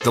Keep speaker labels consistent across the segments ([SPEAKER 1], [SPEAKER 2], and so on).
[SPEAKER 1] The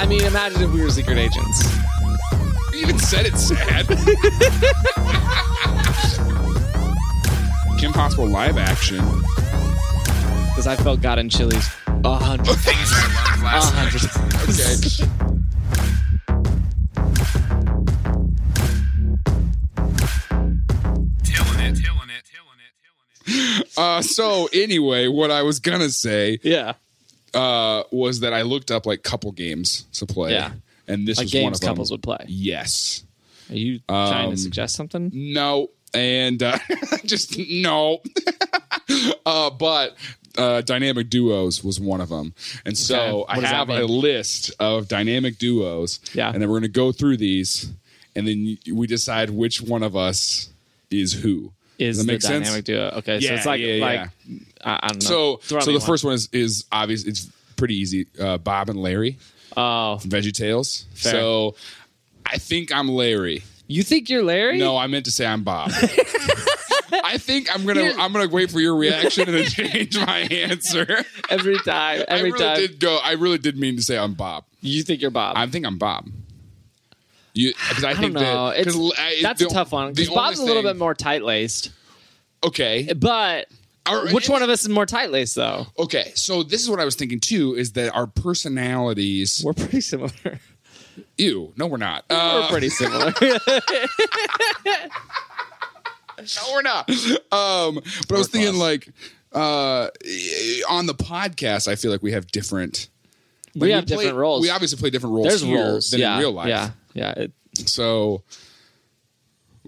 [SPEAKER 2] I mean, imagine if we were secret agents.
[SPEAKER 3] You even said it's sad. Kim Possible live action.
[SPEAKER 2] Because I felt God and Chili's a hundred. A hundred.
[SPEAKER 3] Okay. Uh, so anyway, what I was gonna say
[SPEAKER 2] Yeah.
[SPEAKER 3] uh, was that I looked up like couple games to play.
[SPEAKER 2] Yeah.
[SPEAKER 3] And this
[SPEAKER 2] Like
[SPEAKER 3] was one
[SPEAKER 2] games
[SPEAKER 3] of them.
[SPEAKER 2] couples would play.
[SPEAKER 3] Yes.
[SPEAKER 2] Are you trying
[SPEAKER 3] Um,
[SPEAKER 2] to suggest something?
[SPEAKER 3] No. And uh, just no. uh, but uh, dynamic duos was one of them. And so
[SPEAKER 2] Okay. What
[SPEAKER 3] I
[SPEAKER 2] does that
[SPEAKER 3] have
[SPEAKER 2] mean?
[SPEAKER 3] a list of dynamic duos.
[SPEAKER 2] Yeah.
[SPEAKER 3] And then we're going to go through these and then y- we decide which one of us is who.
[SPEAKER 2] Is
[SPEAKER 3] Does that
[SPEAKER 2] the
[SPEAKER 3] make sense?
[SPEAKER 2] dynamic duo okay? so
[SPEAKER 3] Yeah,
[SPEAKER 2] it's like
[SPEAKER 3] yeah,
[SPEAKER 2] like I, I don't know.
[SPEAKER 3] So,
[SPEAKER 2] Throw
[SPEAKER 3] so
[SPEAKER 2] me
[SPEAKER 3] the
[SPEAKER 2] one.
[SPEAKER 3] first one is, is obvious. It's pretty easy. Uh, Bob and Larry,
[SPEAKER 2] Oh,
[SPEAKER 3] Veggie Tales. So I think I'm Larry.
[SPEAKER 2] you think you're Larry?
[SPEAKER 3] No, I meant to say I'm Bob. I think I'm gonna I'm gonna wait for your reaction and then change my answer.
[SPEAKER 2] Every time,
[SPEAKER 3] I
[SPEAKER 2] every
[SPEAKER 3] really
[SPEAKER 2] time
[SPEAKER 3] did go. I really did mean to say I'm Bob.
[SPEAKER 2] you think you're Bob.
[SPEAKER 3] I think I'm Bob. You, because I,
[SPEAKER 2] I
[SPEAKER 3] think
[SPEAKER 2] don't know.
[SPEAKER 3] that 'cause
[SPEAKER 2] It's,
[SPEAKER 3] I-
[SPEAKER 2] that's
[SPEAKER 3] the-
[SPEAKER 2] a tough one.
[SPEAKER 3] the
[SPEAKER 2] Because Bob's a
[SPEAKER 3] only
[SPEAKER 2] little
[SPEAKER 3] thing-
[SPEAKER 2] bit more tight laced.
[SPEAKER 3] okay.
[SPEAKER 2] But
[SPEAKER 3] Our-
[SPEAKER 2] which one of us is more tight laced though?
[SPEAKER 3] Okay, so this is what I was thinking too: is that our personalities?
[SPEAKER 2] We're pretty similar. We're
[SPEAKER 3] Ew, no, we're not. Uh,
[SPEAKER 2] pretty similar.
[SPEAKER 3] no, we're not. Um, but I was thinking
[SPEAKER 2] close.
[SPEAKER 3] like uh, eh, on the podcast, I feel like we have different.
[SPEAKER 2] we have
[SPEAKER 3] play-
[SPEAKER 2] different roles.
[SPEAKER 3] We obviously play different roles
[SPEAKER 2] There's
[SPEAKER 3] here
[SPEAKER 2] roles
[SPEAKER 3] than
[SPEAKER 2] yeah,
[SPEAKER 3] in real life.
[SPEAKER 2] Yeah, yeah. It,
[SPEAKER 3] So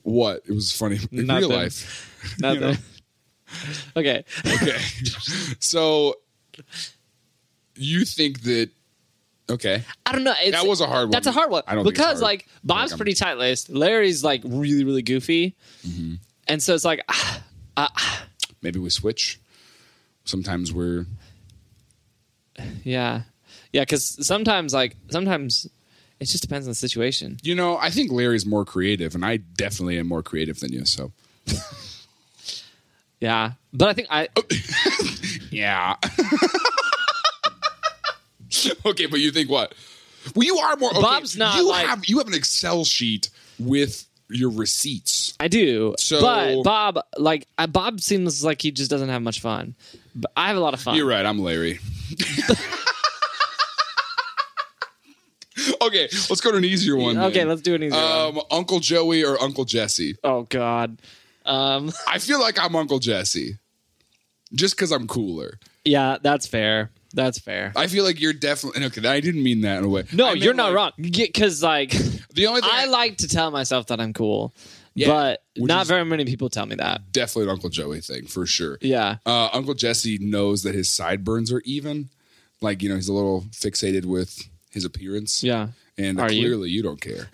[SPEAKER 3] what? It was funny in
[SPEAKER 2] Nothing.
[SPEAKER 3] real life.
[SPEAKER 2] nothing. okay.
[SPEAKER 3] Okay. so you think that okay.
[SPEAKER 2] I don't know. It's,
[SPEAKER 3] That was a hard one.
[SPEAKER 2] That's a hard one.
[SPEAKER 3] I don't think it's
[SPEAKER 2] because
[SPEAKER 3] hard.
[SPEAKER 2] like Bob's
[SPEAKER 3] I'm-
[SPEAKER 2] pretty tight laced. Larry's like really really goofy,
[SPEAKER 3] Mm-hmm.
[SPEAKER 2] and so it's like ah,
[SPEAKER 3] Maybe we switch. Sometimes we're
[SPEAKER 2] yeah, yeah. Because sometimes like sometimes it just depends on the situation.
[SPEAKER 3] you know, I think Larry's more creative and I definitely am more creative than you, so
[SPEAKER 2] Yeah, but I think I
[SPEAKER 3] Oh, yeah. okay, but you think what? Well, you are more okay,
[SPEAKER 2] Bob's not
[SPEAKER 3] you
[SPEAKER 2] like-
[SPEAKER 3] have you have an Excel sheet with your receipts.
[SPEAKER 2] I do.
[SPEAKER 3] So-
[SPEAKER 2] but Bob like I, Bob seems like he just doesn't have much fun. But I have a lot of fun.
[SPEAKER 3] You're right. I'm Larry. okay, let's go to an easier one. then.
[SPEAKER 2] Okay, let's do an easier one.
[SPEAKER 3] Um, Uncle Joey or Uncle Jesse?
[SPEAKER 2] Oh God. Um.
[SPEAKER 3] I feel like I'm Uncle Jesse, just because I'm cooler.
[SPEAKER 2] Yeah, that's fair. That's fair.
[SPEAKER 3] I feel like you're definitely okay. I didn't mean that in a way.
[SPEAKER 2] No,
[SPEAKER 3] I meant
[SPEAKER 2] you're not
[SPEAKER 3] like-
[SPEAKER 2] wrong. Because like
[SPEAKER 3] The only thing
[SPEAKER 2] I like to tell myself that I'm cool,
[SPEAKER 3] Yeah,
[SPEAKER 2] but
[SPEAKER 3] which
[SPEAKER 2] not
[SPEAKER 3] is-
[SPEAKER 2] very many people tell me that.
[SPEAKER 3] definitely an Uncle Joey thing for sure.
[SPEAKER 2] Yeah.
[SPEAKER 3] Uh, Uncle Jesse knows that his sideburns are even. Like you know, he's a little fixated with his appearance.
[SPEAKER 2] Yeah.
[SPEAKER 3] and uh,
[SPEAKER 2] Are you?
[SPEAKER 3] clearly you don't care.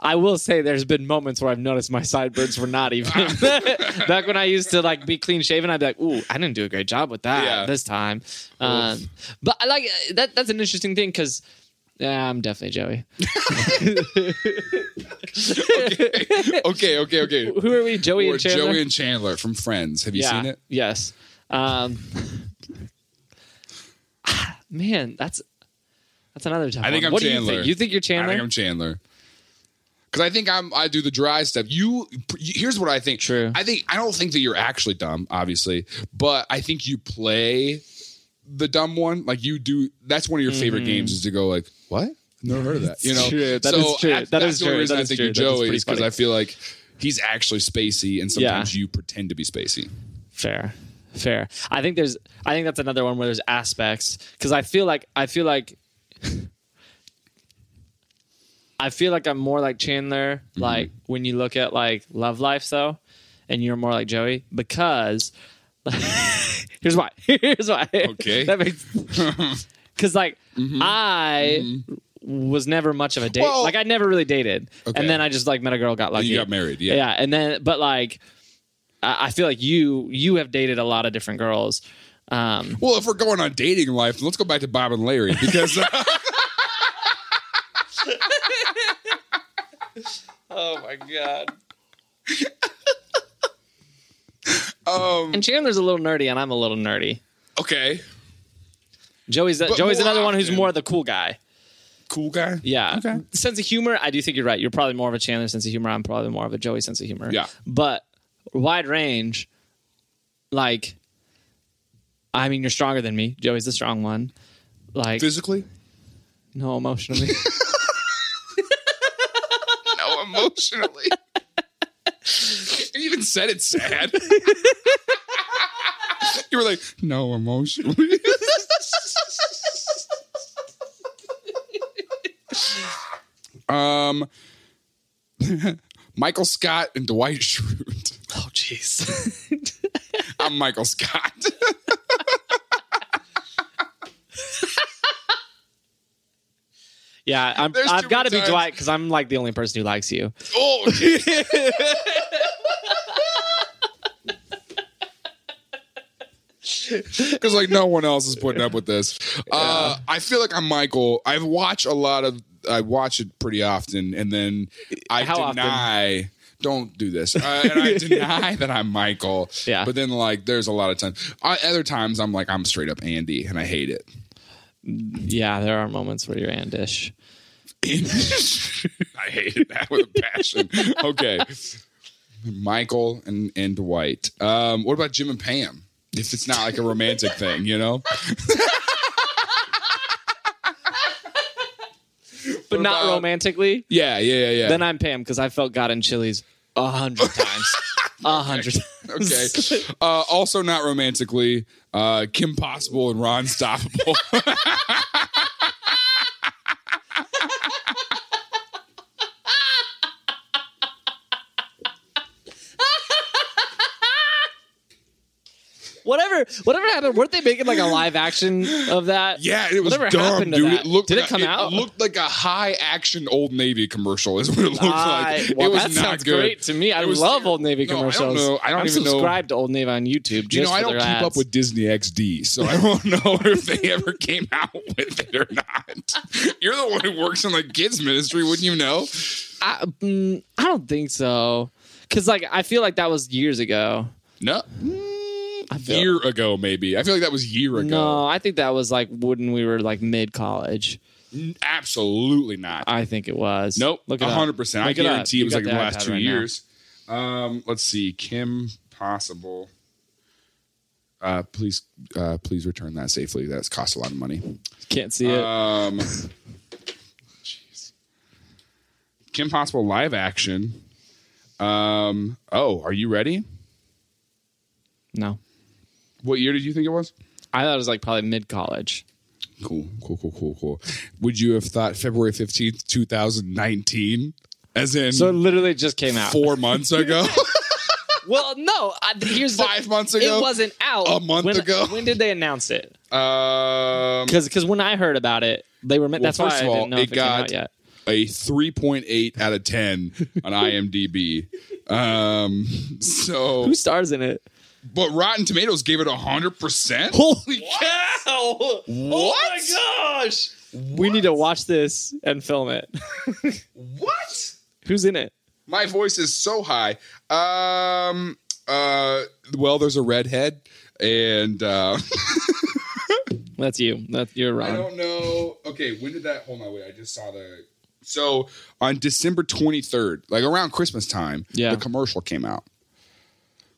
[SPEAKER 2] I will say there's been moments where I've noticed my sideburns were not even. Back when I used to like be clean shaven, I'd be like, "Ooh, I didn't do a great job with that
[SPEAKER 3] Yeah.
[SPEAKER 2] this time." Um, but I like that. That's an interesting thing because I'm definitely Joey.
[SPEAKER 3] okay, okay, okay.
[SPEAKER 2] Who are we, Joey
[SPEAKER 3] or
[SPEAKER 2] and Chandler?
[SPEAKER 3] Joey and Chandler from Friends. Have you
[SPEAKER 2] yeah.
[SPEAKER 3] seen it?
[SPEAKER 2] Yes. Um, ah, man, that's that's another tough
[SPEAKER 3] I think
[SPEAKER 2] one.
[SPEAKER 3] I'm
[SPEAKER 2] what do you
[SPEAKER 3] Chandler.
[SPEAKER 2] think? You think you're Chandler?
[SPEAKER 3] I think I'm Chandler. Because I think I'm I do the dry stuff. You here's what I think.
[SPEAKER 2] True.
[SPEAKER 3] I think I don't think that you're actually dumb, obviously, but I think you play the dumb one. Like you do. That's one of your favorite games is to go like what? Never heard of that. You know,
[SPEAKER 2] Mm-hmm. true. That
[SPEAKER 3] so
[SPEAKER 2] is true.
[SPEAKER 3] I-
[SPEAKER 2] That
[SPEAKER 3] that's
[SPEAKER 2] is
[SPEAKER 3] the only
[SPEAKER 2] true.
[SPEAKER 3] reason
[SPEAKER 2] That
[SPEAKER 3] I
[SPEAKER 2] is
[SPEAKER 3] think
[SPEAKER 2] true.
[SPEAKER 3] you're
[SPEAKER 2] That is
[SPEAKER 3] Joey
[SPEAKER 2] pretty
[SPEAKER 3] is because
[SPEAKER 2] funny.
[SPEAKER 3] I feel like he's actually spacey, and sometimes you pretend to be spacey.
[SPEAKER 2] Fair. Fair. I think there's I think that's another one where there's aspects cuz I feel like I feel like I feel like I'm more like Chandler
[SPEAKER 3] Mm-hmm.
[SPEAKER 2] like when you look at like love life though and you're more like Joey because here's why. Here's why.
[SPEAKER 3] Okay. Mm-hmm.
[SPEAKER 2] that makes cuz like I was never much of a date.
[SPEAKER 3] Well-
[SPEAKER 2] like I never really dated.
[SPEAKER 3] Okay.
[SPEAKER 2] And then I just like met a girl, got lucky.
[SPEAKER 3] you got married, yeah.
[SPEAKER 2] Yeah, and then but like I I feel like you you have dated a lot of different girls. Um,
[SPEAKER 3] Well, if we're going on dating life, let's go back to Bob and Larry because
[SPEAKER 2] oh my god!
[SPEAKER 3] um,
[SPEAKER 2] And Chandler's a little nerdy, and I'm a little nerdy.
[SPEAKER 3] okay,
[SPEAKER 2] Joey's
[SPEAKER 3] But
[SPEAKER 2] Joey's
[SPEAKER 3] more
[SPEAKER 2] another one who's
[SPEAKER 3] often.
[SPEAKER 2] more the cool guy.
[SPEAKER 3] cool guy.
[SPEAKER 2] Yeah,
[SPEAKER 3] Okay.
[SPEAKER 2] sense of humor. I do think you're right. You're probably more of a Chandler sense of humor. I'm probably more of a Joey sense of humor.
[SPEAKER 3] Yeah.
[SPEAKER 2] but wide range. Like, I mean, you're stronger than me. Joey's the strong one. Like,
[SPEAKER 3] Physically,
[SPEAKER 2] no, emotionally.
[SPEAKER 3] no, emotionally. you even said it sad. you were like, no, emotionally. um, Michael Scott and Dwight Schrute.
[SPEAKER 2] oh, jeez.
[SPEAKER 3] I'm Michael Scott.
[SPEAKER 2] Yeah, I'm,
[SPEAKER 3] There's
[SPEAKER 2] I've
[SPEAKER 3] too
[SPEAKER 2] got to be
[SPEAKER 3] many times-
[SPEAKER 2] Dwight because I'm like the only person who likes you.
[SPEAKER 3] oh, okay. Because like no one else is putting up with this. Uh, I feel like I'm Michael. I've watched a lot of. I watch it pretty often, and then I
[SPEAKER 2] How often?
[SPEAKER 3] deny. Don't do this. Uh, and I deny that I'm Michael.
[SPEAKER 2] Yeah.
[SPEAKER 3] But then like, there's a lot of times. I, other times I'm like, I'm straight up Andy, and I hate it.
[SPEAKER 2] Yeah, there are moments where you're Andish.
[SPEAKER 3] I hated that with a passion. Okay. Michael and, and Dwight. Um, what about Jim and Pam? If it's not like a romantic thing, you know?
[SPEAKER 2] But not
[SPEAKER 3] about-
[SPEAKER 2] romantically.
[SPEAKER 3] Yeah, yeah, yeah, yeah.
[SPEAKER 2] Then I'm Pam because I felt God in Chili's a hundred times. A hundred
[SPEAKER 3] okay.
[SPEAKER 2] times.
[SPEAKER 3] Uh, also, not romantically, uh, Kim Possible and Ron Stoppable.
[SPEAKER 2] whatever whatever happened, weren't they making like a live action of that?
[SPEAKER 3] yeah, it was
[SPEAKER 2] Whatever
[SPEAKER 3] dumb,
[SPEAKER 2] happened to
[SPEAKER 3] dude.
[SPEAKER 2] that?
[SPEAKER 3] It looked
[SPEAKER 2] Did it
[SPEAKER 3] like-
[SPEAKER 2] come out?
[SPEAKER 3] It looked like a high action Old Navy commercial. Is what it looked
[SPEAKER 2] I-
[SPEAKER 3] like.
[SPEAKER 2] well,
[SPEAKER 3] it was
[SPEAKER 2] that
[SPEAKER 3] not
[SPEAKER 2] sounds
[SPEAKER 3] good
[SPEAKER 2] great to me. I
[SPEAKER 3] It was
[SPEAKER 2] love
[SPEAKER 3] terrible.
[SPEAKER 2] Old Navy
[SPEAKER 3] No, I don't
[SPEAKER 2] commercials.
[SPEAKER 3] know. I don't
[SPEAKER 2] am
[SPEAKER 3] even know.
[SPEAKER 2] subscribed to Old Navy on YouTube. Just
[SPEAKER 3] You know, I
[SPEAKER 2] for
[SPEAKER 3] don't
[SPEAKER 2] their
[SPEAKER 3] keep
[SPEAKER 2] ads.
[SPEAKER 3] up with Disney XD, so I don't know if they ever came out with it or not. You're the one who works in the kids ministry, wouldn't you know?
[SPEAKER 2] I, mm, I don't think so. Cause like I feel like that was years ago.
[SPEAKER 3] No,
[SPEAKER 2] feel-
[SPEAKER 3] year ago maybe. I feel like that was year ago.
[SPEAKER 2] No, I think that was like when we were like mid college.
[SPEAKER 3] Absolutely not.
[SPEAKER 2] I think it was.
[SPEAKER 3] nope,
[SPEAKER 2] Look at
[SPEAKER 3] hundred percent. I
[SPEAKER 2] Look it up.
[SPEAKER 3] guarantee
[SPEAKER 2] You
[SPEAKER 3] it was
[SPEAKER 2] got
[SPEAKER 3] like the
[SPEAKER 2] the
[SPEAKER 3] last
[SPEAKER 2] iPad
[SPEAKER 3] two
[SPEAKER 2] right now.
[SPEAKER 3] years. Um, let's see, Kim Possible. Uh, please, uh, please return that safely. That's cost a lot of money.
[SPEAKER 2] Can't see it.
[SPEAKER 3] Um, jeez. Kim Possible live action. Um, oh, are you ready?
[SPEAKER 2] no.
[SPEAKER 3] What year did you think it was?
[SPEAKER 2] I thought it was like probably mid college.
[SPEAKER 3] Cool, cool, cool, cool, cool. Would you have thought February 15th, 2019? As in
[SPEAKER 2] So it literally just came out.
[SPEAKER 3] four months ago?
[SPEAKER 2] Well, no. I, here's the-
[SPEAKER 3] Five months ago?
[SPEAKER 2] It wasn't out
[SPEAKER 3] A month
[SPEAKER 2] when-
[SPEAKER 3] ago?
[SPEAKER 2] When did they announce it?
[SPEAKER 3] um,
[SPEAKER 2] Because when I heard about it, they were. that's why
[SPEAKER 3] first
[SPEAKER 2] I
[SPEAKER 3] of
[SPEAKER 2] didn't
[SPEAKER 3] all,
[SPEAKER 2] know
[SPEAKER 3] it
[SPEAKER 2] if it
[SPEAKER 3] got-
[SPEAKER 2] came out yet.
[SPEAKER 3] a 3.8 out of 10 on IMDb. um, so,
[SPEAKER 2] Who stars in it?
[SPEAKER 3] but Rotten Tomatoes gave it 100%?
[SPEAKER 2] Holy cow! Oh What?
[SPEAKER 3] What?
[SPEAKER 2] gosh! We need to watch this and film it.
[SPEAKER 3] What?
[SPEAKER 2] Who's in it?
[SPEAKER 3] My voice is so high. Um. Uh. Well, there's a redhead, and uh,
[SPEAKER 2] That's you. That you're
[SPEAKER 3] I
[SPEAKER 2] wrong.
[SPEAKER 3] don't know. Okay, when did that? Hold my way. I just saw the. So on December 23rd, like around Christmas time,
[SPEAKER 2] Yeah.
[SPEAKER 3] the commercial came out,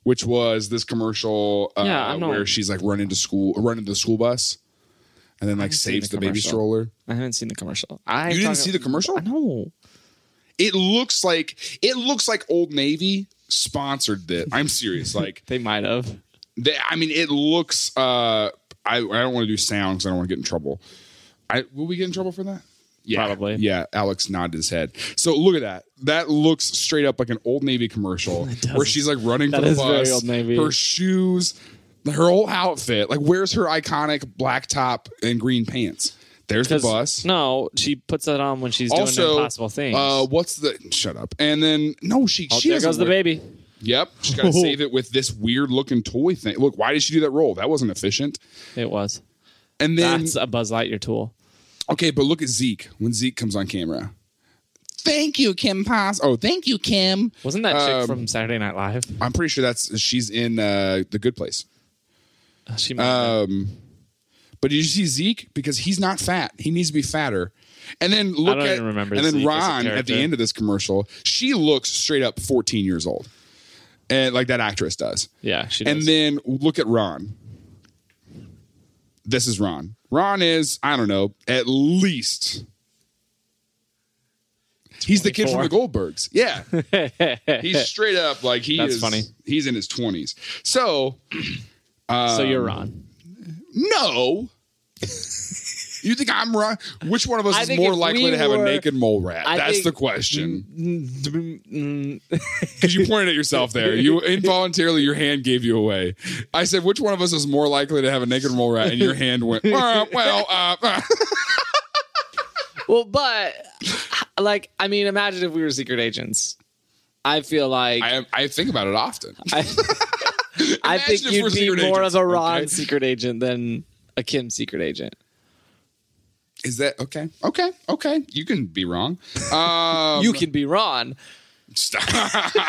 [SPEAKER 3] which was this commercial uh,
[SPEAKER 2] Yeah, I know.
[SPEAKER 3] where she's like running to school, running the school bus. and then like
[SPEAKER 2] haven't seen
[SPEAKER 3] saves
[SPEAKER 2] the
[SPEAKER 3] the, baby
[SPEAKER 2] commercial.
[SPEAKER 3] stroller.
[SPEAKER 2] I haven't seen the commercial. I
[SPEAKER 3] You didn't
[SPEAKER 2] talk-
[SPEAKER 3] see the commercial?
[SPEAKER 2] I know.
[SPEAKER 3] It looks like it looks like Old Navy sponsored that. I'm serious. Like
[SPEAKER 2] They might have.
[SPEAKER 3] They, I mean, it looks. Uh, I I don't want to do sound because I don't want to get in trouble. I will we get in trouble for that? Yeah,
[SPEAKER 2] Probably.
[SPEAKER 3] Yeah, Alex nodded his head. So look at that. That looks straight up like an old Navy commercial where she's like running
[SPEAKER 2] That
[SPEAKER 3] for the
[SPEAKER 2] is very
[SPEAKER 3] bus.
[SPEAKER 2] Old Navy.
[SPEAKER 3] Her shoes, her whole outfit. Like, where's her iconic black top and green pants? There's the
[SPEAKER 2] 'Cause-
[SPEAKER 3] bus.
[SPEAKER 2] No, she puts that on when she's doing
[SPEAKER 3] also,
[SPEAKER 2] impossible things.
[SPEAKER 3] uh, what's the shut up? And then no, she
[SPEAKER 2] oh,
[SPEAKER 3] she
[SPEAKER 2] there
[SPEAKER 3] doesn't
[SPEAKER 2] goes the
[SPEAKER 3] wear-
[SPEAKER 2] baby.
[SPEAKER 3] Yep, she's got to save it with this weird looking toy thing. Look, why did she do that roll? That wasn't efficient.
[SPEAKER 2] It was.
[SPEAKER 3] And then
[SPEAKER 2] That's a Buzz Lightyear tool.
[SPEAKER 3] okay, but look at Zeke when Zeke comes on camera. Thank you, Kim Pos. Oh, thank you, Kim.
[SPEAKER 2] Wasn't that
[SPEAKER 3] Um,
[SPEAKER 2] chick from Saturday Night Live?
[SPEAKER 3] I'm pretty sure that's she's in uh, the Good Place.
[SPEAKER 2] Oh, She might
[SPEAKER 3] Um, but did you see Zeke? Because he's not fat. He needs to be fatter. And then look
[SPEAKER 2] don't
[SPEAKER 3] at
[SPEAKER 2] even remember
[SPEAKER 3] and then
[SPEAKER 2] Zeke as a
[SPEAKER 3] Ron at
[SPEAKER 2] character.
[SPEAKER 3] the end of this commercial, she looks straight up 14 years old, and like that actress does.
[SPEAKER 2] yeah, she does.
[SPEAKER 3] And then look at Ron. This is Ron. Ron is, I don't know, at least. He's the kid from the Goldbergs. Yeah. he's straight up like he
[SPEAKER 2] That's
[SPEAKER 3] is
[SPEAKER 2] funny.
[SPEAKER 3] he's in his 20s. So,
[SPEAKER 2] so you're Ron.
[SPEAKER 3] um, no. you think I'm Ron? Which one of us
[SPEAKER 2] I
[SPEAKER 3] is
[SPEAKER 2] think
[SPEAKER 3] more
[SPEAKER 2] if
[SPEAKER 3] likely
[SPEAKER 2] we
[SPEAKER 3] to have a
[SPEAKER 2] were-
[SPEAKER 3] naked mole rat?
[SPEAKER 2] I
[SPEAKER 3] That's
[SPEAKER 2] think-
[SPEAKER 3] the question.
[SPEAKER 2] Mm,
[SPEAKER 3] Because you pointed at yourself there. You involuntarily, your hand gave you away. I said, which one of us is more likely to have a naked mole rat? And your hand went, "Uh, well, uh, uh."
[SPEAKER 2] well, but like, I mean, imagine if we were secret agents. I feel like I,
[SPEAKER 3] I, I think about it often.
[SPEAKER 2] I think
[SPEAKER 3] Imagine if we're
[SPEAKER 2] you'd be more
[SPEAKER 3] secret agents,
[SPEAKER 2] of a Ron
[SPEAKER 3] okay?
[SPEAKER 2] secret agent than a Kim secret agent.
[SPEAKER 3] Is that okay? Okay. Okay. You can be wrong. Um,
[SPEAKER 2] you can be Ron.
[SPEAKER 3] stop.